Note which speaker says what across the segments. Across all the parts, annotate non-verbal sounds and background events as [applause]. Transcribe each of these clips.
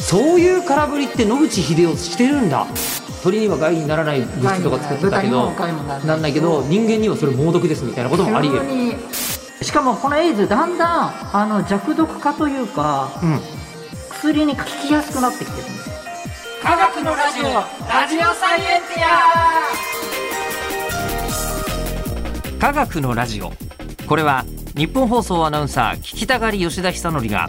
Speaker 1: そういう空振りって野口英世してるんだ鳥には害にならない物質とか作ってたけど
Speaker 2: 害にも害もなんない
Speaker 1: なんないけど人間にはそれ猛毒ですみたいなこともありえる、
Speaker 2: にしかもこのエイズだんだんあの弱毒化というか
Speaker 1: うん、
Speaker 2: 薬に効きやすくなってきてるんです
Speaker 3: 科学のラジオラジオサイエンティア
Speaker 1: 科学のラジオこれは日本放送アナウンサー聞きたがり吉田久典が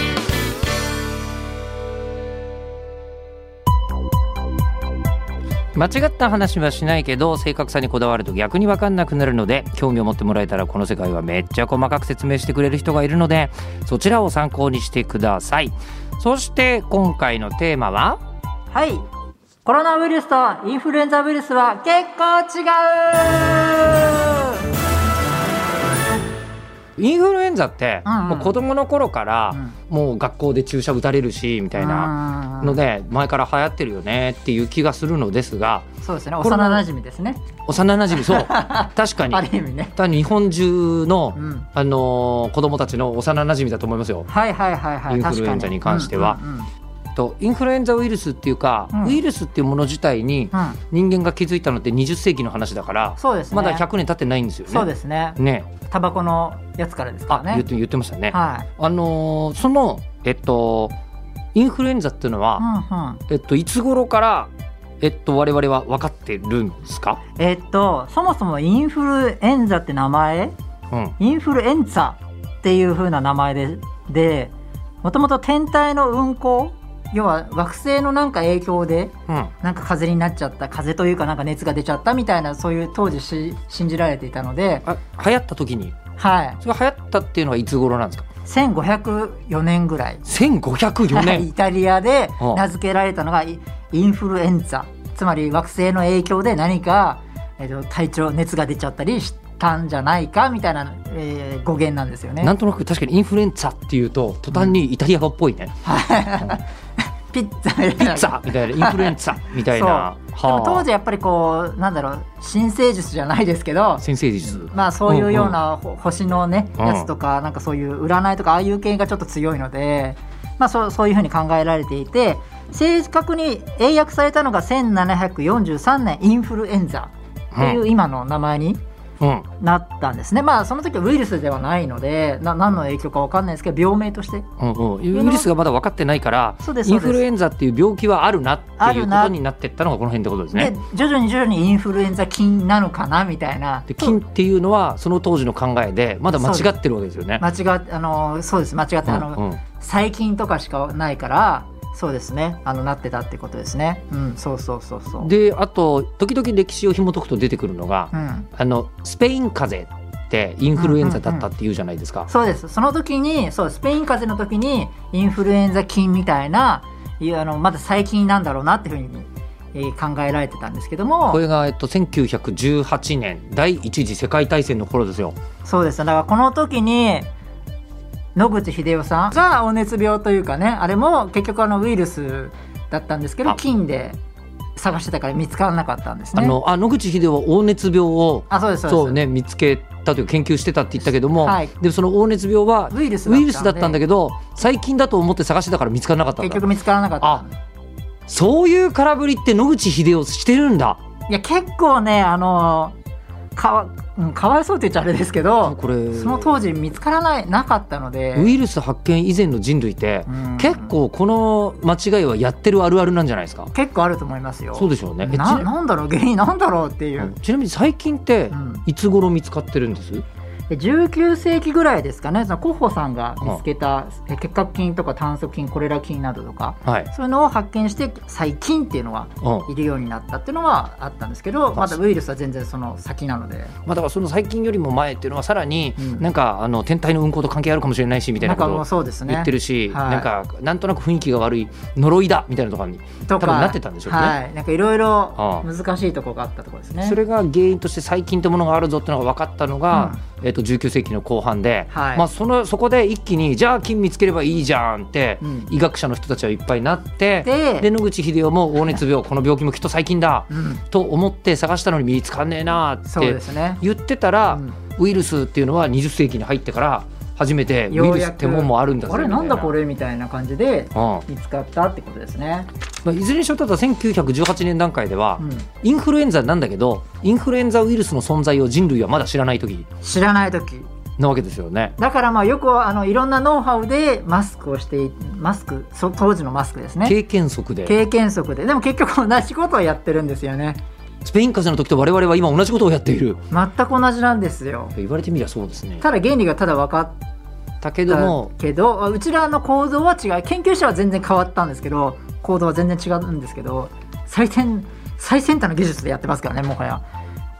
Speaker 1: 間違った話はしないけど正確さにこだわると逆に分かんなくなるので興味を持ってもらえたらこの世界はめっちゃ細かく説明してくれる人がいるのでそちらを参考にしてくださいそして今回のテーマは
Speaker 2: はいコロナウイルスとインフルエンザウイルスは結構違う
Speaker 1: インフルエンザって、
Speaker 2: うんうん
Speaker 1: もう子供の頃から、もう学校で注射打たれるしみたいな
Speaker 2: な
Speaker 1: ので前から流行ってるよねっていう気がするのですが
Speaker 2: そうですね
Speaker 1: コロナ
Speaker 2: 幼馴染みですね
Speaker 1: 幼馴染みそう
Speaker 2: [laughs]
Speaker 1: 確かに
Speaker 2: ある意味ね
Speaker 1: 多分日本中の、
Speaker 2: うん
Speaker 1: あのー子供たちの幼馴染だと思いますよ。
Speaker 2: はいはいはいはい
Speaker 1: インフルエンザに関しては
Speaker 2: 確かに
Speaker 1: とインフルエンザウイルスっていうか、
Speaker 2: うん
Speaker 1: ウイルスっていうもの自体に
Speaker 2: うんうんうんうん
Speaker 1: 人間が気づいたのって20世紀の話だから、
Speaker 2: そうですね
Speaker 1: まだ100年経ってないんですよね。
Speaker 2: そうですね
Speaker 1: ね
Speaker 2: タバコのやつからですか
Speaker 1: あ、
Speaker 2: ら
Speaker 1: 言っ
Speaker 2: ね
Speaker 1: て言ってましたね。
Speaker 2: は
Speaker 1: あのーそのえっとインフルエンザっていうのは、
Speaker 2: いうんうん
Speaker 1: えっといつ頃からえっと我々は分かってるんですか？
Speaker 2: えっとそもそもインフルエンザって名前
Speaker 1: うん。
Speaker 2: インフルエンザっていう風な名前ででもともと天体の運行要は惑星のなんか影響で
Speaker 1: うん。
Speaker 2: なんか風邪になっちゃった風邪というかなんか熱が出ちゃったみたいなそういう当時し信じられていたので、
Speaker 1: あ流行った時に
Speaker 2: はい、
Speaker 1: それが流行ったっていうのはいつ頃なんですか？
Speaker 2: 1504年ぐらい
Speaker 1: 1504
Speaker 2: イ
Speaker 1: 年。
Speaker 2: タリアで
Speaker 1: はあ
Speaker 2: 名付けられたのがイインフルエンザつまり惑星の影響で何か、えっと体調熱が出ちゃったりしたんじゃないかみたいな、えー語源なんですよね
Speaker 1: なんとなく確かにインフルエンザっていうと途端にイタリア語っぽいね。
Speaker 2: ピッツァみた
Speaker 1: ピ
Speaker 2: いな
Speaker 1: ッ
Speaker 2: [laughs]
Speaker 1: ツァみたいなインフルエンザみたいな。
Speaker 2: そうでも当
Speaker 1: は
Speaker 2: 時やっぱりこうなんだろう神聖術じゃないですけど
Speaker 1: あ、先生術。
Speaker 2: まあそういうようなほ星のね
Speaker 1: うん
Speaker 2: やつとかなんかそういう占いとかああいう系がちょっと強いのでまあそうそういうふうに考えられていて正確に英訳されたのが1743年インフルエンザという今の名前に
Speaker 1: うん。うん
Speaker 2: なったんですね、まあその時はウイルスではないのでな何の影響かわかんないですけど病名として
Speaker 1: うんうん、ウイルスがまだ分かってないから
Speaker 2: そうです
Speaker 1: イ
Speaker 2: そう
Speaker 1: ン
Speaker 2: で
Speaker 1: フ
Speaker 2: す
Speaker 1: ルエンザっていう病気はあるなっていうことになってったのがこの辺ってことです
Speaker 2: で
Speaker 1: ね。
Speaker 2: 徐々に徐々にインフルエンザ菌なのかなみたいな
Speaker 1: で菌っていうのはその当時の考えでまだ間違ってるわけですよね。
Speaker 2: 間違ってあのそうです間違って、あの
Speaker 1: うんうん
Speaker 2: 細菌とかしかないからそうですねあのなってたってことですねうんそうそうそうそう
Speaker 1: であと時々歴史を紐解くと出てくるのが、
Speaker 2: うん、
Speaker 1: あのスペイン風邪ってインフルエンザだったっていうじゃないですか。
Speaker 2: そうですその時にそうスペイン風邪の時にインフルエンザ菌みたいないあのまだ細菌なんだろうなっていうふうに、えー考えられてたんですけど
Speaker 1: こ
Speaker 2: も
Speaker 1: れが、えっと、1918年第一次世界大戦の頃ですよ。
Speaker 2: そうですだからこの時に野口英世さんがお熱病というかねあれも結局あのウイルスだったんですけど
Speaker 1: あ
Speaker 2: 菌で探してたから見つからなかったんですね
Speaker 1: あのあ野口英世は黄熱病を
Speaker 2: あそうです
Speaker 1: そ
Speaker 2: そううです
Speaker 1: ね見つけたという研究してたって言ったけども、
Speaker 2: はい
Speaker 1: でもその黄熱病は
Speaker 2: ウイルス
Speaker 1: ウイルスだったんだ
Speaker 2: け
Speaker 1: けど最近だと思って探してたから見つからなかったん
Speaker 2: 結
Speaker 1: だ
Speaker 2: 局見つからなかった
Speaker 1: あそういう空振りって野口英世してるんだ
Speaker 2: いや結構ねあのかわ,、うん、かわいそうって言っちゃあれですけど
Speaker 1: これ
Speaker 2: その当時見つからないなかったので
Speaker 1: ウイルス発見以前の人類って
Speaker 2: うん
Speaker 1: 結構この間違いはやってるあるあるなんじゃないですか
Speaker 2: 結構あると思いますよ
Speaker 1: そうでしょうねえち
Speaker 2: ななんだろう原因なんだろうっていう、
Speaker 1: うんちなみに最近って
Speaker 2: うん
Speaker 1: いつ頃見つかってるんです
Speaker 2: で19世紀ぐらいですかねそのコッホさんが見つけたえ結核菌とか炭疽菌コレラ菌などとか
Speaker 1: はい、
Speaker 2: そういうのを発見して細菌っていうのが
Speaker 1: うん
Speaker 2: いるようになったっていうのはあったんですけどまだウイルスは全然その先なので
Speaker 1: まあ、だからその最近よりも前っていうのはさらに
Speaker 2: うん
Speaker 1: なんかあの天体の運行と関係あるかもしれないしみたいな
Speaker 2: な
Speaker 1: んこ
Speaker 2: か
Speaker 1: と
Speaker 2: も
Speaker 1: を
Speaker 2: うそうですね
Speaker 1: 言ってるし、
Speaker 2: はい
Speaker 1: なんかなんとなく雰囲気が悪い呪いだみたいなところに
Speaker 2: と
Speaker 1: 多
Speaker 2: か
Speaker 1: 分なってたんでしょうね
Speaker 2: はい、なんかいろいろ
Speaker 1: ああ
Speaker 2: 難しいところがあったところですね。
Speaker 1: それが原因として細菌ってものがあるぞっていうのが分かったのが、えっと19世紀の後半で、
Speaker 2: はい
Speaker 1: まあ、そのそこで一気にじゃあ金見つければいいじゃんって、
Speaker 2: うん
Speaker 1: 医学者の人たちはいっぱいなって
Speaker 2: で
Speaker 1: 野口英世も黄熱病この病気もきっと最近だ
Speaker 2: うん、
Speaker 1: と思って探したのに見つかんねえなっ
Speaker 2: そう
Speaker 1: て
Speaker 2: ですね。
Speaker 1: 言ってたら、
Speaker 2: うん
Speaker 1: ウイルスっていうのは20世紀に入ってから初めてウイ
Speaker 2: よう
Speaker 1: ルス
Speaker 2: や
Speaker 1: っ
Speaker 2: く
Speaker 1: てもんもあるんだぜ
Speaker 2: あれなんだこ
Speaker 1: れ、
Speaker 2: れみたいな感じで
Speaker 1: うんま
Speaker 2: 見つかったってことですね。
Speaker 1: あ、いずれにしろただ1918年段階では、
Speaker 2: うん、
Speaker 1: インフルエンザなんだけどインフルエンザウイルスの存在を人類はまだ知らない時
Speaker 2: 知らない時
Speaker 1: なわけですよね。
Speaker 2: だからまあよくあのいろんなノウハウでマスクをしていマスクそ当時のマスクですね。
Speaker 1: 経験則で
Speaker 2: 経験則ででも結局同じことをやってるんですよね
Speaker 1: スペイン風邪の時と我々は今同じことをやっている
Speaker 2: 全く同じなんですよ
Speaker 1: 言われてみりゃそうですね
Speaker 2: ただ原理がただ分かっ
Speaker 1: だけども
Speaker 2: たけどあうちらの構造は違う研究者は全然変わったんですけど構造は全然違うんですけど最先最先端の技術でやってますからねもはや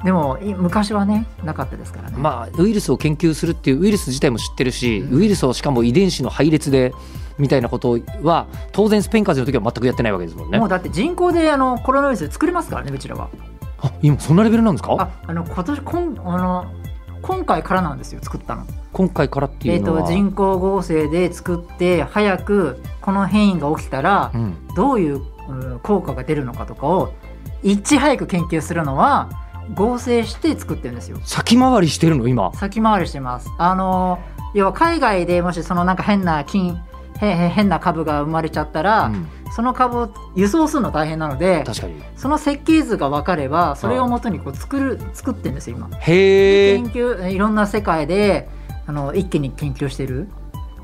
Speaker 2: でもい昔はねなかったですからね、
Speaker 1: まあウイルスを研究するっていうウイルス自体も知ってるし、
Speaker 2: うん
Speaker 1: ウイルスをしかも遺伝子の配列でみたいなことは当然スペイン風邪の時は全くやってないわけですもんね
Speaker 2: もうだって人口であのコロナウイルス作れますからねうちらは
Speaker 1: あ今そんなレベルなんですか
Speaker 2: ああの今年こんあの今回からなんですよ作ったの
Speaker 1: 今回からって
Speaker 2: え
Speaker 1: い
Speaker 2: っ
Speaker 1: うの
Speaker 2: と
Speaker 1: は、
Speaker 2: 人工合成で作って早くこの変異が起きたら、
Speaker 1: うん
Speaker 2: どういううん効果が出るのかとかをいち早く研究するのは合成して作ってるんですよ
Speaker 1: 先回りしてるの今
Speaker 2: 先回りしてますあの要は海外でもしそのなんか変な菌へへ変な株が生まれちゃったら、
Speaker 1: うん
Speaker 2: その株を輸送するの大変なので
Speaker 1: 確かに
Speaker 2: その設計図が分かればそれをもとにこう作る作ってるんですよ今
Speaker 1: へ
Speaker 2: 研
Speaker 1: え
Speaker 2: 究いろんな世界であの一気に研究してる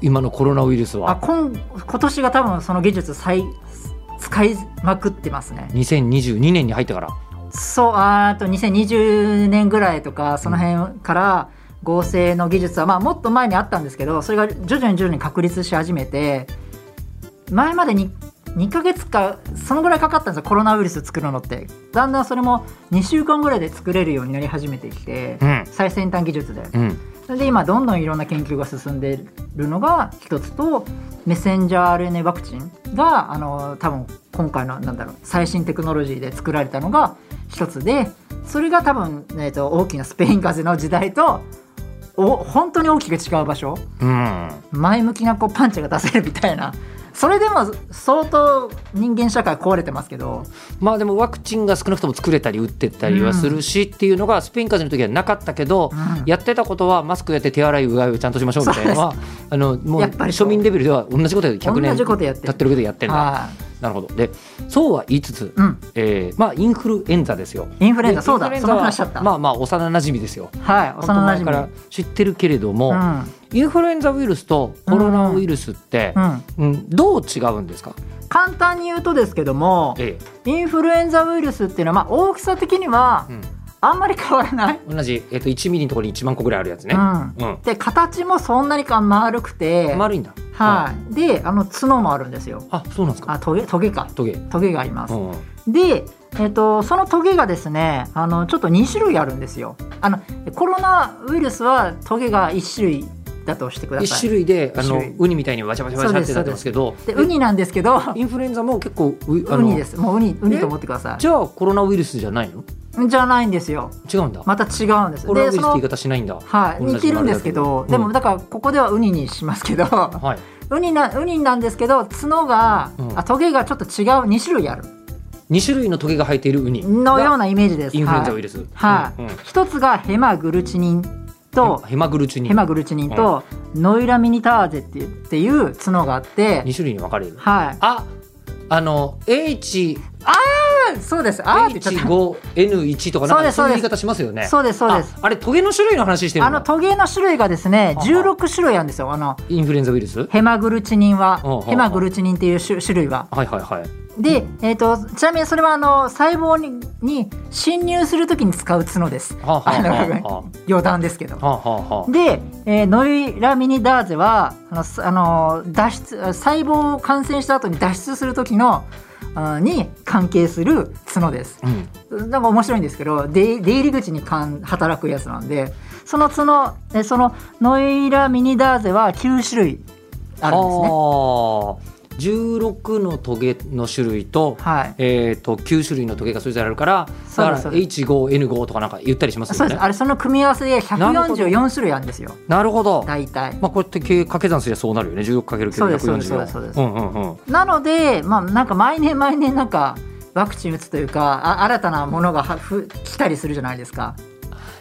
Speaker 1: 今のコロナウイルス
Speaker 2: あ
Speaker 1: は
Speaker 2: 今今年が多分その技術最使いまくってますね
Speaker 1: 2022年に入ってから
Speaker 2: そうあーあと2020年ぐらいとかその辺から合成の技術は、まあ、もっと前にあったんですけどそれが徐々に徐々に確立し始めて前までに2ヶ月かそのぐらいかかったんですよコロナウイルス作るのってだんだんそれも2週間ぐらいで作れるようになり始めてきて、
Speaker 1: うん
Speaker 2: 最先端技術で
Speaker 1: うん
Speaker 2: それで今どんどんいろんな研究が進んでるのが一つとメッセンジャー RNA ワクチンがあの多分今回のなんだろう最新テクノロジーで作られたのが一つでそれが多分、えー、と大きなスペイン風邪の時代とお本当に大きく違う場所
Speaker 1: うん
Speaker 2: 前向きなこうパンチが出せるみたいなそれでも相当人間社会壊れてますけど
Speaker 1: まあでもワクチンが少なくとも作れたり打ってったりはするし、っていうのがスペイン風邪の時はなかったけど、
Speaker 2: うん
Speaker 1: やってたことはマスクやって手洗いうがいをちゃんとしましょうみたいなのはあのもう
Speaker 2: やっぱりそ
Speaker 1: 庶
Speaker 2: う
Speaker 1: 民レベルでは同じことで100
Speaker 2: 同
Speaker 1: 年
Speaker 2: じことやってる
Speaker 1: 経ってるけどやってんだ
Speaker 2: はい
Speaker 1: なるほどでそうは言いつつ、
Speaker 2: うん、
Speaker 1: えーまあインフルエンザですよ
Speaker 2: インフルエンザ
Speaker 1: で
Speaker 2: そうだ
Speaker 1: インフルエン
Speaker 2: そ
Speaker 1: ザ
Speaker 2: の
Speaker 1: は
Speaker 2: 話だった、
Speaker 1: まあまあ幼馴染みですよ
Speaker 2: はい幼なじ
Speaker 1: 本当前
Speaker 2: み
Speaker 1: から知ってるけれども、
Speaker 2: う
Speaker 1: インフルエンザウイルスとコロナウイルスって、
Speaker 2: ん、うん、
Speaker 1: うんどう違うんですか、
Speaker 2: 簡単に言うとですけども、
Speaker 1: え
Speaker 2: インフルエンザウイルスっていうのは、まあ、大きさ的には
Speaker 1: え
Speaker 2: あんまり変わらない、
Speaker 1: うん同じ、えっと1ミリのところに1万個ぐらいあるやつね、
Speaker 2: うん、
Speaker 1: うん、
Speaker 2: で形もそんなにか丸くて、
Speaker 1: 丸いんだ。
Speaker 2: はい、であの角もあるんですよ
Speaker 1: あ、そうなんですか。
Speaker 2: あトゲトゲか
Speaker 1: トゲ。
Speaker 2: トゲがあります、
Speaker 1: うんうん。
Speaker 2: で、えっとそのトゲがですねあのちょっと2種類あるんですよあのコロナウイルスはトゲが1種類だとしてくだ
Speaker 1: 一
Speaker 2: さい
Speaker 1: 種類で、あ
Speaker 2: 一
Speaker 1: の
Speaker 2: 種類
Speaker 1: ウニみたいにわちゃわちゃわちゃってなってますけど。
Speaker 2: でウニなんですけど
Speaker 1: え。インフルエンザも結構、う。
Speaker 2: ウニですすもうウニウニと思ってくださ
Speaker 1: じゃあ、コロナウイルスじゃないの。
Speaker 2: いじゃないんですよ
Speaker 1: 違うんだ。
Speaker 2: また違うんです
Speaker 1: コロナウイル
Speaker 2: で
Speaker 1: スっ
Speaker 2: そ
Speaker 1: て言
Speaker 2: の
Speaker 1: い方しないんだ。
Speaker 2: はい、
Speaker 1: 同じ
Speaker 2: 似てるんですけ
Speaker 1: 丸
Speaker 2: ど、
Speaker 1: だけど
Speaker 2: で
Speaker 1: うん
Speaker 2: もだからここではウニにしますけど、 [laughs]
Speaker 1: はい。
Speaker 2: ウニなウニなんですけど角が、
Speaker 1: うん
Speaker 2: あトゲがちょっと違う2種類ある
Speaker 1: 二種類のトゲが生えているウニ。
Speaker 2: のよ
Speaker 1: な。
Speaker 2: うなイメージです。
Speaker 1: インフルエンザウイ
Speaker 2: ル
Speaker 1: ルス。
Speaker 2: はい、
Speaker 1: うんうん
Speaker 2: 一つがヘマグルチニンと、
Speaker 1: ヘマグルチュニ
Speaker 2: ヘマグルチニンと、ノイラミニターゼっていうっていう角があって、
Speaker 1: 二種類に分かれる。
Speaker 2: はい
Speaker 1: あ。あの H
Speaker 2: あそうですあーって言っちゃっ
Speaker 1: H 五 N 一とかなん
Speaker 2: そうで
Speaker 1: か
Speaker 2: す
Speaker 1: そういう言い
Speaker 2: そう
Speaker 1: 方しますよね。
Speaker 2: たそうですそうです
Speaker 1: あ。あれトゲの種類の話してる
Speaker 2: あ
Speaker 1: ん
Speaker 2: の
Speaker 1: だ。
Speaker 2: トゲの種類がですね
Speaker 1: はは
Speaker 2: 16種類あるんですよあの
Speaker 1: インフルエンザウイルス。はい
Speaker 2: ヘマグルチニン
Speaker 1: は
Speaker 2: は
Speaker 1: はは
Speaker 2: ヘマグルチニンっていう種種類は
Speaker 1: はいはい。
Speaker 2: で、えー、とちなみにそれはあの細胞にに侵入するときに使う角です
Speaker 1: はあはあはあはあ
Speaker 2: 余談ですけど
Speaker 1: はあはあはあ
Speaker 2: で、えーノイラミニダーゼはあのすあの脱出細胞を感染した後に脱出する時のあに関係する角です
Speaker 1: うん、
Speaker 2: なんか面白いんですけど出出入り口にかん働くやつなんでその角えそのノイラミニダーゼは9種類あるんですね
Speaker 1: あー16のトゲの種類と,、
Speaker 2: はい
Speaker 1: えー、と9種類のトゲがそれぞれあるからだ
Speaker 2: そう
Speaker 1: か
Speaker 2: で
Speaker 1: ら
Speaker 2: すそうです
Speaker 1: H5N5 とかなんか言ったりします
Speaker 2: そ
Speaker 1: よ
Speaker 2: うです
Speaker 1: ね。
Speaker 2: あれその組み合わせで144種類あるんですよ
Speaker 1: なるほど、
Speaker 2: 大体
Speaker 1: まあ、こうやって計掛け算すりゃそうなるよね 16×9
Speaker 2: そうですそうですそうですそうです
Speaker 1: んうんうん
Speaker 2: なのでまあなんか毎年毎年なんかワクチン打つというかあ新たなものがはふ来たりするじゃないですか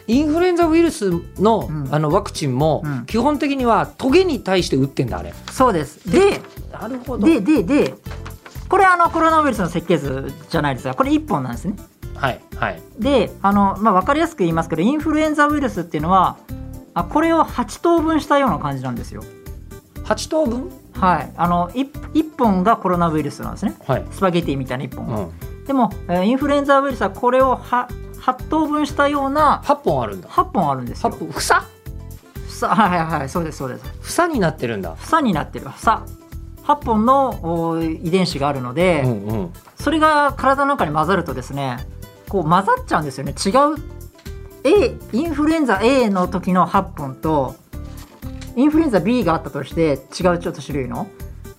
Speaker 1: インフルエンザウイルスの,、
Speaker 2: うん
Speaker 1: あのワクチンも、
Speaker 2: うん
Speaker 1: 基本的にはトゲに対して打ってんだあれ
Speaker 2: そうですで
Speaker 1: なるほ
Speaker 2: でででこれあのコロナウイルスの設計図じゃないですかこれ1本なんですね
Speaker 1: はいはい
Speaker 2: であの、まあ、分かりやすく言いますけどインフルエンザウイルスっていうのはあこれを8等分したような感じなんですよ
Speaker 1: 8等分
Speaker 2: はいあの 1, 本がコロナウイルスなんですね
Speaker 1: はい、
Speaker 2: スパゲティみたいな1
Speaker 1: う
Speaker 2: 本、
Speaker 1: ん、
Speaker 2: でも、えーインフルエンザウイルスはこれをは8等分したような
Speaker 1: 8本あるんだ
Speaker 2: 8本あるんです
Speaker 1: 8
Speaker 2: よ
Speaker 1: 本房
Speaker 2: さ [laughs] はいはいはいそうですそうです
Speaker 1: 房になってるんだ
Speaker 2: 房になってる房8本のお遺伝子があるので、
Speaker 1: うんうん
Speaker 2: それが体の中に混ざるとですねこう混ざっちゃうんですよね違う A インフルエンザ A の時の8本とインフルエンザ B があったとして違うちょっと種類の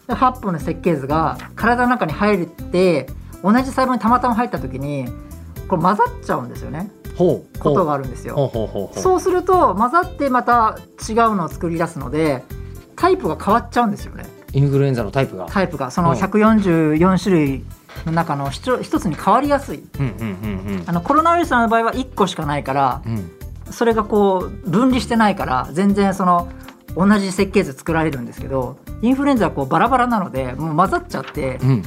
Speaker 2: 8本の設計図が体の中に入って同じ細胞にたまたま入った時にこれ混ざっちゃうんですよね
Speaker 1: ほう
Speaker 2: ことが
Speaker 1: あ
Speaker 2: あるんですよ
Speaker 1: ほうほうほうほう
Speaker 2: そうすると混ざってまた違うのを作り出すのでタイプが変わっちゃうんですよね
Speaker 1: インフルエンザのタイプが、
Speaker 2: タイプがそうの
Speaker 1: ん
Speaker 2: 144種類の中の一つ一つに変わりやすい
Speaker 1: うんうん
Speaker 2: あのコロナウイルスの場合は1個しかないから
Speaker 1: うんうんうん
Speaker 2: それがこう分離してないから全然その同じ設計図作られるんですけどインフルエンザはこうバラバラなのでもう混ざっちゃって
Speaker 1: うん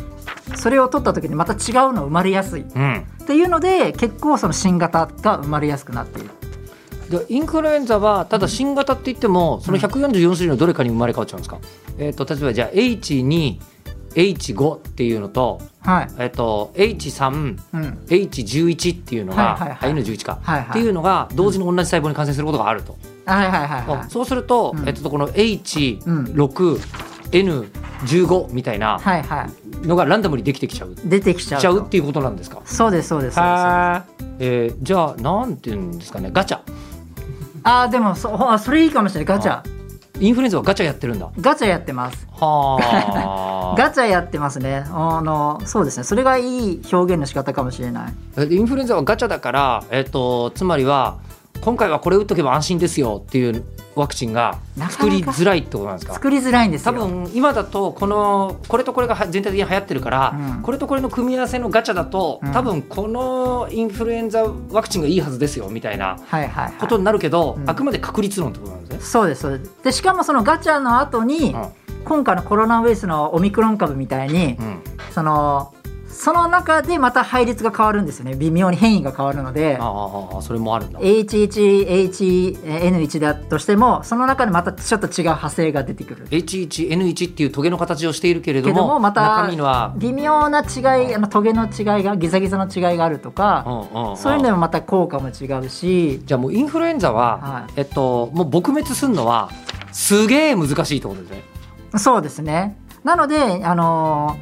Speaker 2: それを取った時にまた違うの生まれやすいっ
Speaker 1: うん
Speaker 2: ていうので結構その新型が生まれやすくなっている
Speaker 1: でインフルエンザはただ新型って言っても、その144種類のどれかに生まれ変わっちゃうんですか、えっと例えばじゃあ H2H5 っていうのと,、
Speaker 2: はい、
Speaker 1: えっと H3H11
Speaker 2: うん、
Speaker 1: っていうのが、
Speaker 2: はいはいはい
Speaker 1: あ N11 か、
Speaker 2: はいはい
Speaker 1: っていうのが同時に同じ細胞に感染することがあると、
Speaker 2: はいはいはいはい
Speaker 1: そうすると、
Speaker 2: うん
Speaker 1: えっとこの H6N15 みたいな
Speaker 2: はいは
Speaker 1: のがランダムにできてきちゃう、
Speaker 2: い出てきちゃう
Speaker 1: ちゃ
Speaker 2: と
Speaker 1: うっていうことなんですか
Speaker 2: そうですそうですそうです
Speaker 1: はえーじゃあなんていうんですかねガチャ
Speaker 2: あーでもそ [laughs] あそれいいかもしれないガチャ
Speaker 1: インフルエンザはガチャやってるんだ
Speaker 2: ガチャやってます
Speaker 1: はあ
Speaker 2: ガチャやってますねあのそうですねそれがいい表現の仕方かもしれない
Speaker 1: えインフルエンザはガチャだから、えっとつまりは今回はこれ打っとけば安心ですよっていうワクチンが
Speaker 2: なかなか
Speaker 1: 作りづらいってことなんですか
Speaker 2: 作りづらいんです
Speaker 1: 多
Speaker 2: よ
Speaker 1: 分今だとこのこれとこれがは全体的に流行ってるから、
Speaker 2: うん
Speaker 1: これとこれの組み合わせのガチャだと、
Speaker 2: うん
Speaker 1: 多分このインフルエンザワクチンがいいはずですよみたいな
Speaker 2: はいはい、はい、
Speaker 1: ことになるけど、
Speaker 2: うん
Speaker 1: あくまで確率論ってことなんですね。
Speaker 2: そうですそうですでしかもそのガチャの後に、今回のコロナウイルスのオミクロン株みたいに、
Speaker 1: うんうん
Speaker 2: そのその中でまた配列が変わるんですよね微妙に変異が変わるので
Speaker 1: ああああそれもあるんだ。
Speaker 2: H1HN1 だとしてもその中でまたちょっと違う派生が出てくる
Speaker 1: H1N1 っていうトゲの形をしているけれども
Speaker 2: けどもまた
Speaker 1: 中身には、
Speaker 2: 微妙な違いあのトゲの違いがギザギザの違いがあるとか
Speaker 1: んんん
Speaker 2: そういうのでもまた効果も違うし
Speaker 1: じゃあもうインフルエンザは、
Speaker 2: は
Speaker 1: えっと、もう撲滅するのはすげえ難しいってことですね。
Speaker 2: そうですねなのであの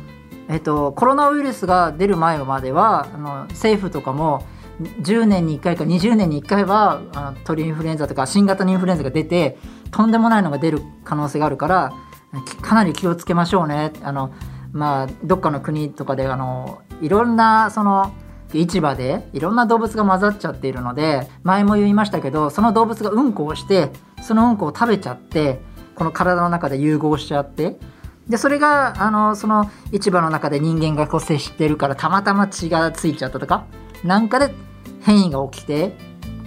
Speaker 2: えっとコロナウイルスが出る前まではあの政府とかも10年に1回か20年に1回はあの鳥インフルエンザとか新型のインフルエンザが出てとんでもないのが出る可能性があるからきかなり気をつけましょうねあの、まあ、どっかの国とかであのいろんなその市場でいろんな動物が混ざっちゃっているので前も言いましたけどその動物がうんこをしてそのうんこを食べちゃってこの体の中で融合しちゃってでそれがあのその市場の中で人間がこう接してるからたまたま血がついちゃったとかなんかで変異が起きて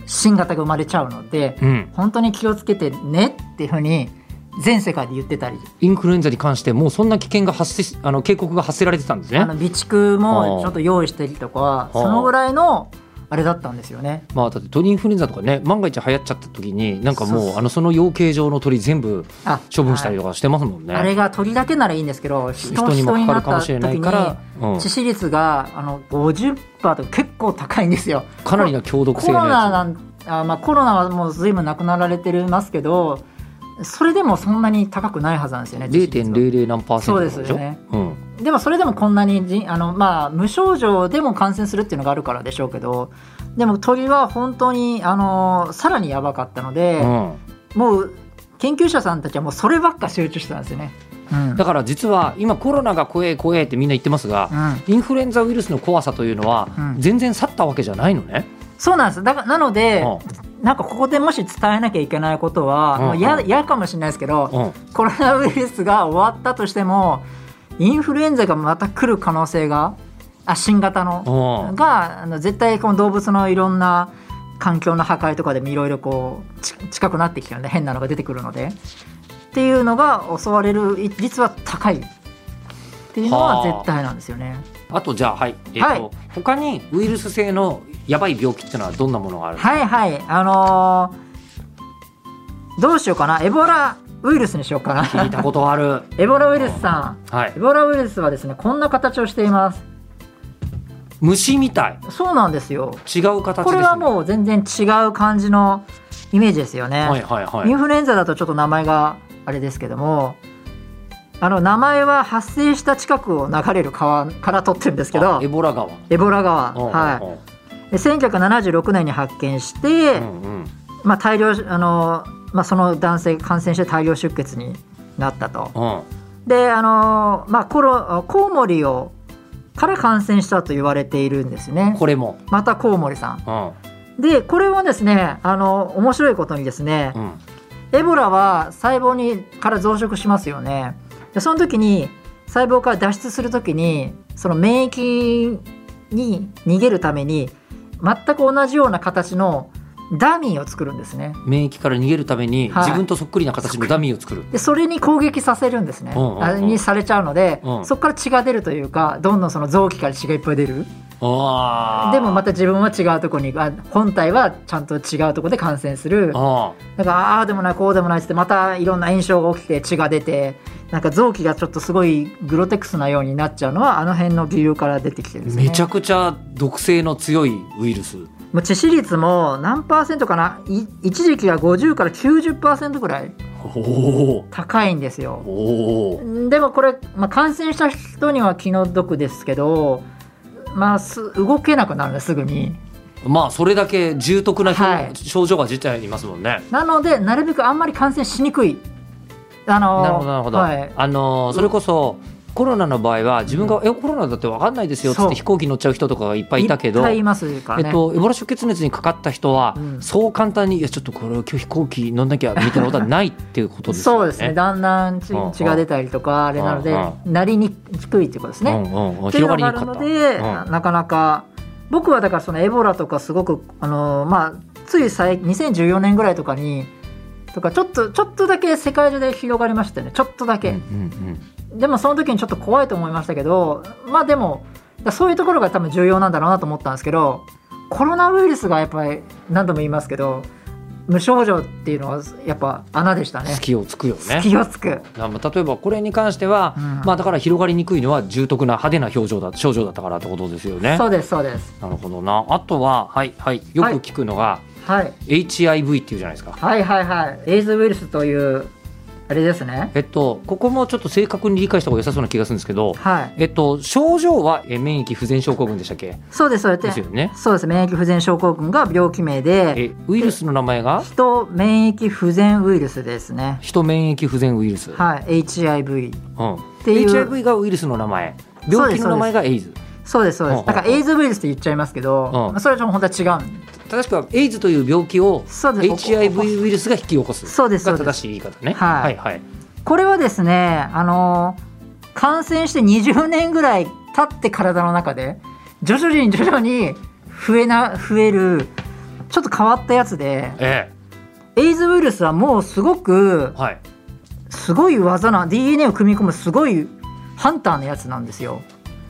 Speaker 2: 新型が生まれちゃうので
Speaker 1: うん、
Speaker 2: 本当に気をつけてねっていうふうに全世界で言ってたり
Speaker 1: インフルエンザに関してもうそんな危険が発生しあの警告が発せられてたんです
Speaker 2: あ
Speaker 1: ね
Speaker 2: の。備蓄もちょっと用意したりと
Speaker 1: あ
Speaker 2: か
Speaker 1: ー
Speaker 2: そのぐらいのあれだったんですよね。
Speaker 1: まあ、だって鳥インフルエンザとかね万が一流行っちゃった時になんか
Speaker 2: そう
Speaker 1: もう
Speaker 2: そう
Speaker 1: あのその養鶏場の鳥全部
Speaker 2: あ
Speaker 1: 処分したり
Speaker 2: はい
Speaker 1: とかしてますもんね。
Speaker 2: あれが鳥だけならいいんですけど
Speaker 1: 人にもかかるかもしれないから、うん
Speaker 2: 致死率があの50%とか結構高いんですよ。
Speaker 1: かなりな強毒
Speaker 2: コ
Speaker 1: 性の
Speaker 2: ロナな
Speaker 1: や
Speaker 2: んあ、まあ、コロナはもう随分なくなられてますけどそれでもそんなに高くないはずなんですよね
Speaker 1: つ
Speaker 2: 致死率は
Speaker 1: 0.00何パーセントとか
Speaker 2: そう
Speaker 1: で
Speaker 2: で
Speaker 1: し
Speaker 2: す
Speaker 1: ょ
Speaker 2: よね
Speaker 1: うん
Speaker 2: でもそれでもこんなにじあの、まあ、無症状でも感染するっていうのがあるからでしょうけどでも鳥は本当にあのさらにやばかったので、
Speaker 1: うん
Speaker 2: もう研究者さんたちはもうそればっか集中してたんですよね。うん
Speaker 1: だから実は今コロナが怖え怖えってみんな言ってますが、
Speaker 2: うん
Speaker 1: インフルエンザウイルスの怖さというのは
Speaker 2: うん
Speaker 1: 全然去ったわけじゃないのね。
Speaker 2: そうなんですだからなので、
Speaker 1: う
Speaker 2: なんかここでもし伝えなきゃいけないことは、
Speaker 1: うん
Speaker 2: もう嫌嫌かもしれないですけど、
Speaker 1: んうん
Speaker 2: コロナウイルスが終わったとしてもインフルエンザがまた来る可能性があ新型の
Speaker 1: うん
Speaker 2: があの絶対この動物のいろんな環境の破壊とかでもいろいろこうち近くなってきてるんで変なのが出てくるのでっていうのが襲われるい率は高いっていうのは絶対なんですよね。
Speaker 1: あとじゃあはい、えーと
Speaker 2: は
Speaker 1: 他にウイルス性のやばい病気っていうのはどんなものがあるの、
Speaker 2: はいはいあのーどうしようかなエボラウイルスにしようかな。
Speaker 1: 聞いたことある。
Speaker 2: エボラウイルスさ
Speaker 1: は
Speaker 2: んエ
Speaker 1: い、
Speaker 2: ボラウイルスはですねこんな形をしています。
Speaker 1: 虫みたい
Speaker 2: そうなんですよ。
Speaker 1: 違う形です、ね、
Speaker 2: これはもう全然違う感じのイメージですよね。
Speaker 1: はいはいは
Speaker 2: イン
Speaker 1: い
Speaker 2: フルエンザだとちょっと名前があれですけども、あの名前は発生した近くを流れる川から取ってるんですけ
Speaker 1: あ
Speaker 2: ど
Speaker 1: エ、ボラ川
Speaker 2: エボラ川、
Speaker 1: うんうんうん
Speaker 2: はい。で1976年に発見して、
Speaker 1: うんうん
Speaker 2: まあ大量あのまあその男性が感染して大量出血になったと。
Speaker 1: うん
Speaker 2: で、あのまあコロコウモリをから感染したと言われているんですね。
Speaker 1: これも、
Speaker 2: またコウモリさん。
Speaker 1: うん
Speaker 2: でこれはですねあの面白いことにですね
Speaker 1: うん、
Speaker 2: エボラは細胞にから増殖しますよねでその時に細胞から脱出する時にその免疫に逃げるために全く同じような形のダミーを作るんですね
Speaker 1: 免疫から逃げるために
Speaker 2: はい
Speaker 1: 自分とそっくりな形のダミーを作る、
Speaker 2: でそれに攻撃させるんですね、
Speaker 1: うんうんうん
Speaker 2: あにされちゃうので、
Speaker 1: うん
Speaker 2: そこから血が出るというかどんどんその臓器から血がいっぱい出る
Speaker 1: あー
Speaker 2: でもまた自分は違うところにあ本体はちゃんと違うところで感染する
Speaker 1: あ
Speaker 2: なんかああーでもないこうでもないっつってまたいろんな炎症が起きて血が出てなんか臓器がちょっとすごいグロテクスなようになっちゃうのはあの辺の理由から出てきてるんですね
Speaker 1: めちゃくちゃ毒性の強いウイルス
Speaker 2: もう致死率も何パーセントかない一時期は50から90%ぐらい
Speaker 1: おお
Speaker 2: 高いんですよ
Speaker 1: おー
Speaker 2: んでもこれ、まあ、感染した人には気の毒ですけどまあす動けなくなるねすぐに
Speaker 1: まあそれだけ重篤なひょ、
Speaker 2: はい
Speaker 1: 症状が出ちゃいますもんね
Speaker 2: なのでなるべくあんまり感染しにくいあの
Speaker 1: なるほどなるほど、
Speaker 2: はい、
Speaker 1: あのーそれこそコロナの場合は自分が「えコロナだって分かんないですよ」っつっ
Speaker 2: そう
Speaker 1: て飛行機乗っちゃう人とかがいっぱいいたけ
Speaker 2: い
Speaker 1: ど
Speaker 2: っぱいいますから
Speaker 1: え
Speaker 2: ね、
Speaker 1: っと、エボラ出血熱にかかった人は、
Speaker 2: うん
Speaker 1: そう簡単に「いやちょっとこれ今日飛行機乗んなきゃ」みたいなことはないっていうことですよね。
Speaker 2: [laughs] そうですねだんだん血
Speaker 1: うんうん
Speaker 2: 血が出たりとかあれなので
Speaker 1: うん
Speaker 2: なりにくいっていうことです
Speaker 1: う
Speaker 2: ね。
Speaker 1: んうんうん、
Speaker 2: ってい
Speaker 1: 広が
Speaker 2: うの
Speaker 1: り
Speaker 2: があ
Speaker 1: にく
Speaker 2: る
Speaker 1: かっ
Speaker 2: の
Speaker 1: た。
Speaker 2: で
Speaker 1: うん
Speaker 2: なかなか僕はだからそのエボラとかすごくあのまあつい最2014年ぐらいとかにとかちょっとちょっとだけ世界中で広がりましたよねちょっとだけ、
Speaker 1: うん
Speaker 2: でもその時にちょっと怖いと思いましたけどまあでもだそういうところが多分重要なんだろうなと思ったんですけどコロナウイルスがやっぱり何度も言いますけど無症状っていうのはやっぱ穴でした
Speaker 1: うん
Speaker 2: ね
Speaker 1: 隙をつくよね。
Speaker 2: 隙をつく。
Speaker 1: あまあ例えばこれに関しては、
Speaker 2: うん
Speaker 1: まあだから広がりにくいのは重篤な派手な表情だ症状だったからってことですよね
Speaker 2: そ。うですそうです。
Speaker 1: なるほどな。あとははいはいよく聞くのが、
Speaker 2: はい、
Speaker 1: HIV っていうじゃないですか。
Speaker 2: はいはいはいエイズウイルスというあれですね。
Speaker 1: えっとここもちょっと正確に理解した方が良さそうな気がするんですけど、
Speaker 2: はい。
Speaker 1: えっと症状はえ免疫不全症候群でしたっけ？
Speaker 2: そうですそうで
Speaker 1: です
Speaker 2: す
Speaker 1: よ。ね。
Speaker 2: そうです免疫不全症候群が病気名で
Speaker 1: えウイルスの名前が
Speaker 2: 人免疫不全ウイルスですね。
Speaker 1: 人免疫不全ウイルス。
Speaker 2: はい HIV
Speaker 1: うん。
Speaker 2: ていう
Speaker 1: HIV がウイルスの名前、病気の名前がエイズ。
Speaker 2: そうですそうで
Speaker 1: ほうほ
Speaker 2: す。
Speaker 1: う
Speaker 2: だからエイズウイルスって言っちゃいますけど、
Speaker 1: ん
Speaker 2: まあそれはちょっと本当は違うん。
Speaker 1: 正しくはエイズという病気を
Speaker 2: そうです
Speaker 1: HIV ウイルスが引き起こす
Speaker 2: そうですそ
Speaker 1: が
Speaker 2: うで
Speaker 1: 正
Speaker 2: す
Speaker 1: しい言い方ね。
Speaker 2: は
Speaker 1: はいいはい。
Speaker 2: これはですねあのー感染して20年ぐらい経って体の中で徐々に徐々に増えな増えるちょっと変わったやつで
Speaker 1: え
Speaker 2: エイズウイルスはもうすごく
Speaker 1: えはい。
Speaker 2: すごい技な DNA を組み込むすごいハンターのやつなんですよ。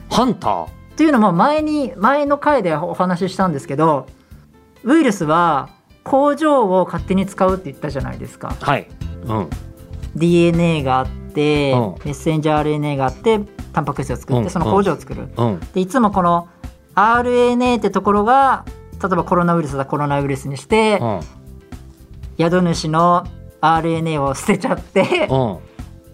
Speaker 1: ハンター。
Speaker 2: というのも前に前の回でお話ししたんですけどウイルスは工場を勝手に使うって言ったじゃないですか。
Speaker 1: はい。うん。
Speaker 2: DNA があって、
Speaker 1: うん
Speaker 2: メッセンジャー RNA があってタンパク質を作って、
Speaker 1: うん
Speaker 2: その工場を作る。
Speaker 1: うん。
Speaker 2: でいつもこの RNA ってところが例えばコロナウイルスだコロナウイルスにして、
Speaker 1: うん。
Speaker 2: 宿主の RNA を捨てちゃって、
Speaker 1: うん。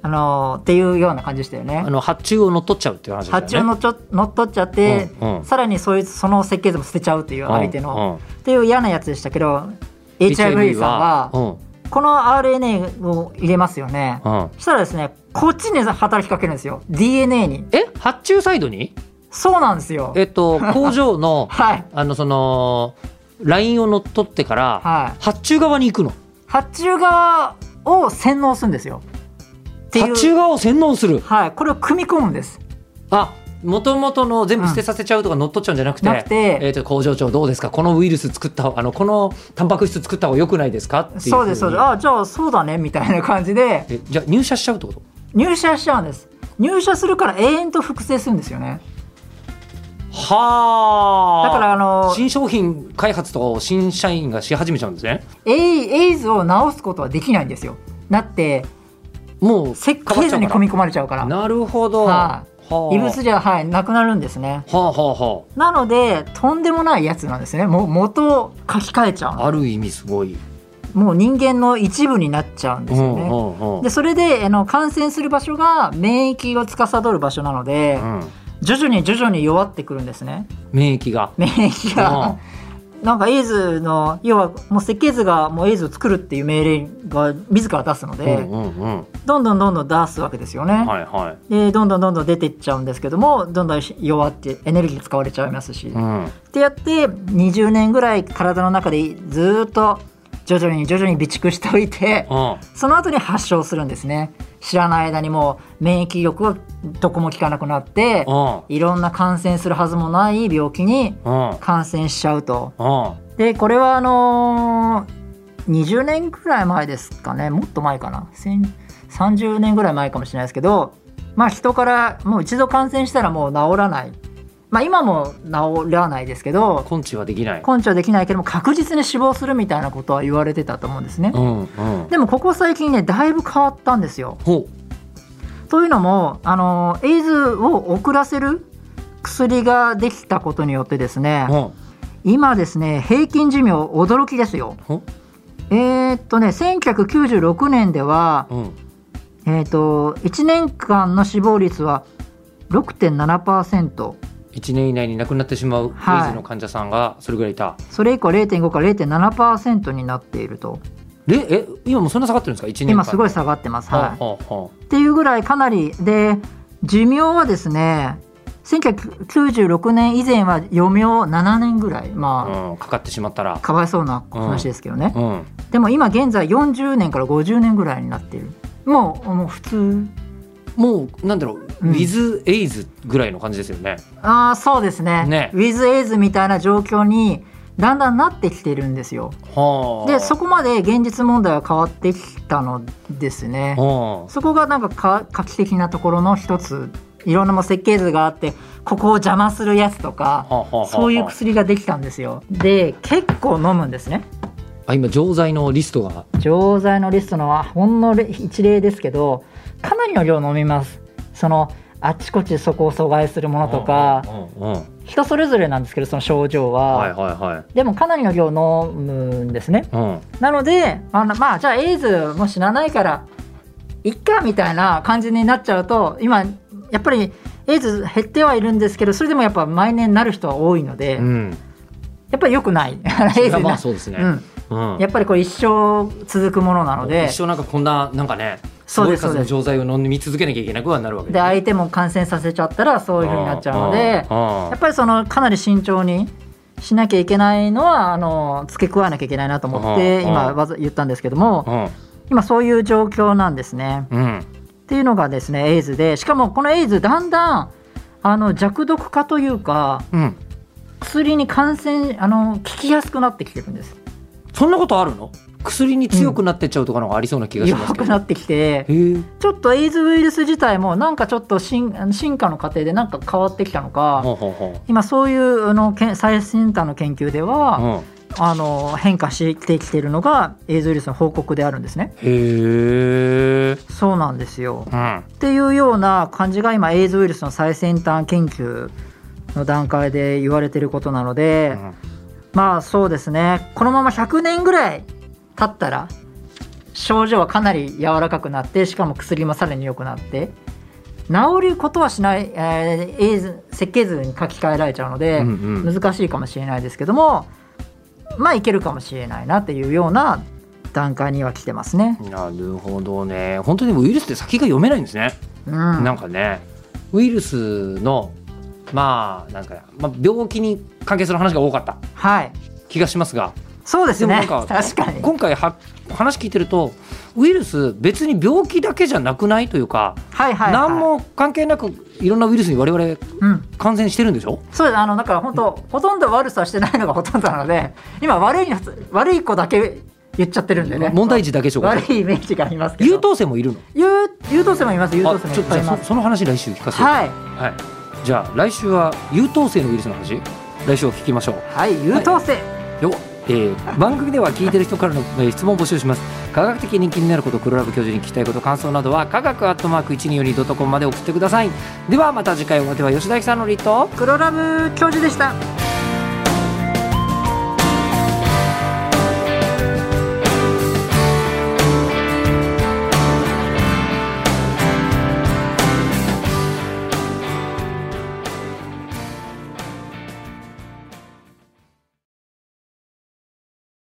Speaker 2: あのーっていうような感じでしたよね
Speaker 1: あ。の発注を乗っ取っちゃうっていう話ですよね。
Speaker 2: 発注のちょ乗っ取っちゃって、
Speaker 1: うんうん
Speaker 2: さらにそういうその設計図も捨てちゃうという相手の、
Speaker 1: うん
Speaker 2: っていう嫌なやつでしたけど
Speaker 1: うん
Speaker 2: HIV さんは
Speaker 1: うん
Speaker 2: この RNA を入れますよね、
Speaker 1: うん
Speaker 2: したらですねこっちに働きかけるんですよ DNA に
Speaker 1: え発注サイドに
Speaker 2: そうなんですよ
Speaker 1: えっと工場の
Speaker 2: はい
Speaker 1: あのそのラインを乗っ取ってから、
Speaker 2: はい
Speaker 1: 発注側に行くの
Speaker 2: 発注側を洗脳するんですよっていう
Speaker 1: 発注側を洗脳する
Speaker 2: はいこれを組み込むんです
Speaker 1: あ元々の全部捨てさせちゃうとか乗っ取っちゃうんじゃなくて,、
Speaker 2: なくて
Speaker 1: えっと工場長どうですかこのウイルス作った方あのこのタンパク質作った方が良くないですかっていうふに
Speaker 2: そうですそうですあじゃあそうだねみたいな感じで
Speaker 1: えじゃあ入社しちゃうってこと
Speaker 2: 入社しちゃうんです入社するから永遠と複製するんですよね
Speaker 1: は
Speaker 2: だからあの
Speaker 1: 新商品開発とかを新社員がし始めちゃうんですね
Speaker 2: エイエイズを治すことはできないんですよだって
Speaker 1: もう
Speaker 2: 設計図に組み込まれちゃうから
Speaker 1: なるほど、
Speaker 2: は
Speaker 1: はあ
Speaker 2: 異物じゃはいなくなるんですね
Speaker 1: はあはあは
Speaker 2: なのでとんでもないやつなんですねもう元を書き換えちゃ
Speaker 1: あある意味すごい、
Speaker 2: うもう人間の一部になっちゃうんですよね、
Speaker 1: うんうんうん
Speaker 2: でそれであの感染する場所が免疫を司る場所なので、
Speaker 1: うん
Speaker 2: 徐々に徐々に弱ってくるんですね
Speaker 1: 免疫が
Speaker 2: 免疫が、なんかエイズの要はもう設計図がもうエイズを作るっていう命令が自ら出すの [laughs] で、
Speaker 1: うんうんうん
Speaker 2: どんどんどんどん出すわけですよね、
Speaker 1: はいは
Speaker 2: でどんどんどんどん出てっちゃうんですけどもどんどん弱ってエネルギー使われちゃいますし、
Speaker 1: い、うん、
Speaker 2: ってやって20年ぐらい体の中でずーっと徐々に徐々に備蓄しておいて
Speaker 1: あ
Speaker 2: その後に発症するんですね知らない間にもう免疫力がどこも効かなくなって
Speaker 1: あ
Speaker 2: いろんな感染するはずもない病気に
Speaker 1: あ
Speaker 2: 感染しちゃうと
Speaker 1: あ
Speaker 2: でこれはあのー20年くらい前ですかねもっと前かな1000 30年ぐらい前かもしれないですけどまあ人からもう一度感染したらもう治らないまあ今も治らないですけど
Speaker 1: 根治はできない
Speaker 2: 根治はできないけども確実に死亡するみたいなことは言われてたと思うんですね
Speaker 1: うんうん
Speaker 2: でもここ最近ねだいぶ変わったんですよ
Speaker 1: ほ
Speaker 2: というのもあのーエイズを遅らせる薬ができたことによってですね
Speaker 1: ううん
Speaker 2: 今ですね平均寿命驚きですよ
Speaker 1: ほ
Speaker 2: えーっとね1996年では、
Speaker 1: うん
Speaker 2: えーっと1年間の死亡率は6.7%
Speaker 1: 一年以内に亡くなってしまうウイ
Speaker 2: はい
Speaker 1: ズの患者さんがそれぐらいいた、
Speaker 2: それ以降0.5から0.7%になっていると
Speaker 1: でえ今もうそんな下がってるんですか一年間
Speaker 2: 今すごい
Speaker 1: は
Speaker 2: 下がってます、
Speaker 1: あ
Speaker 2: は
Speaker 1: はあはあ
Speaker 2: い、っていうぐらいかなりで寿命はですね1996年以前は余命7年ぐらいま
Speaker 1: うん、かかってしまったら
Speaker 2: あ、かわいそうな話ですけどね、
Speaker 1: うん、
Speaker 2: でも今現在40年から50年ぐらいになっているもうもう普通
Speaker 1: もうなんだろう、
Speaker 2: うん
Speaker 1: ウィズ・エイズぐらいの感じですよね。
Speaker 2: ああそうですね
Speaker 1: ね
Speaker 2: ウィズエイズみたいな状況にだんだんなってきてるんですよ
Speaker 1: は
Speaker 2: でそこまで現実問題は変わってきたのですね
Speaker 1: は
Speaker 2: そこがなんかか画期的なところの一ついろんなもう設計図があってここを邪魔するやつと
Speaker 1: あ、
Speaker 2: か
Speaker 1: はあはあ、
Speaker 2: そういう薬ができたんですよで結構飲むんですね
Speaker 1: あ今錠剤のリストが
Speaker 2: 錠剤のリストのはほんの一例ですけどかなりの量飲みますそのあちこちそこを阻害するものとか
Speaker 1: うんうんうん
Speaker 2: 人それぞれなんですけどその症状は、
Speaker 1: はいはいはい
Speaker 2: でもかなりの量飲むんですね
Speaker 1: うん
Speaker 2: なのであのまあじゃあエイズもう死なないからいっかみたいな感じになっちゃうと今やっぱりエイズ減ってはいるんですけどそれでもやっぱ毎年なる人は多いので、
Speaker 1: うん
Speaker 2: やっぱり良くない
Speaker 1: い
Speaker 2: エイズ
Speaker 1: や
Speaker 2: に
Speaker 1: ま
Speaker 2: な
Speaker 1: あそうですね、
Speaker 2: うん、
Speaker 1: うん
Speaker 2: やっぱりこれ一生続くものなので
Speaker 1: 一生なんかこんななんかねす
Speaker 2: そう
Speaker 1: ご
Speaker 2: で
Speaker 1: い
Speaker 2: す
Speaker 1: 数の錠剤を飲み続けなきゃいけなくはなるわけ
Speaker 2: で相手も感染させちゃったらそういうふうになっちゃうのでやっぱりそのかなり慎重にしなきゃいけないのはあの付け加えなきゃいけないなと思っ
Speaker 1: う
Speaker 2: て
Speaker 1: ん
Speaker 2: 今
Speaker 1: うん
Speaker 2: わざ言ったんですけども
Speaker 1: うん
Speaker 2: 今そういう状況なんですね。
Speaker 1: うん
Speaker 2: っていうのがですねエイズでしかもこのエイズだんだんあの弱毒化というか
Speaker 1: うん
Speaker 2: 薬に感染あの効きやすくなってきてるんです
Speaker 1: そんなことあるの薬に強くなってっちゃうとかのがありそうな気がしま
Speaker 2: 弱
Speaker 1: すけ
Speaker 2: く
Speaker 1: ど、
Speaker 2: なってきて
Speaker 1: へえ
Speaker 2: ちょっとエイズウイルス自体もなんかちょっと進進化の過程でなんか変わってきたのか
Speaker 1: ほうほうほ
Speaker 2: 今そういうあのけん最先端の研究では、
Speaker 1: う、うん、
Speaker 2: あの変化してきてるのがエイズウイルスの報告であるんですね。
Speaker 1: へえ
Speaker 2: そうなんですよ
Speaker 1: うん
Speaker 2: っていうような感じが今エイズウイルスの最先端研究の段階で言われてることなので、
Speaker 1: うん
Speaker 2: まあそうですねこのまま100年ぐらい経ったら症状はかなり柔らかくなってしかも薬もさらに良くなって治ることはしない、えーエイズ設計図に書き換えられちゃうので。
Speaker 1: うんうん
Speaker 2: 難しいかもしれないですけどもまあいけるかもしれないなっていうような段階には来てますね。
Speaker 1: なるほどね本当にでもウイルスって先が読めないんですね、
Speaker 2: う
Speaker 1: なん
Speaker 2: ん、
Speaker 1: かねウイルスのまあなんか、まあ、病気に関係する話が多かった
Speaker 2: はい、
Speaker 1: 気がしますが
Speaker 2: そうです
Speaker 1: で
Speaker 2: ね。
Speaker 1: もなん
Speaker 2: 確
Speaker 1: か
Speaker 2: かに。
Speaker 1: 今回は話聞いてるとウイルス別に病気だけじゃなくないというか、
Speaker 2: はいはい、はい。
Speaker 1: 何も関係なくいろんなウイルスに我々
Speaker 2: うん、
Speaker 1: 感染してるんでしょ
Speaker 2: そうですあのだから本当、ほとんど悪さしてないのがほとんどなので今悪いやつ悪い子だけ言っちゃってるんでね
Speaker 1: 問題児だけでしょうか
Speaker 2: 悪いイメージがありますけど
Speaker 1: 優等生もいるの
Speaker 2: 優優等生もい [laughs] ます優等生
Speaker 1: あ
Speaker 2: も
Speaker 1: ちょ
Speaker 2: いっ
Speaker 1: っと
Speaker 2: ぱ
Speaker 1: じ
Speaker 2: いい
Speaker 1: ゃあ
Speaker 2: ま
Speaker 1: そ
Speaker 2: す
Speaker 1: その話来週聞かせて、はい
Speaker 2: はい
Speaker 1: じゃあ来週は優等生のウイルスの話来週は聞きましょう
Speaker 2: はい優等生、
Speaker 1: よ、えー番組では聞いてる人からの、えー質問を募集します科学的に気になること黒ラブ教授に聞きたいこと感想などは科学アットマーク 1242.com まで送ってくださいではまた次回お相手は吉田久典と
Speaker 2: 黒ラブ教授でした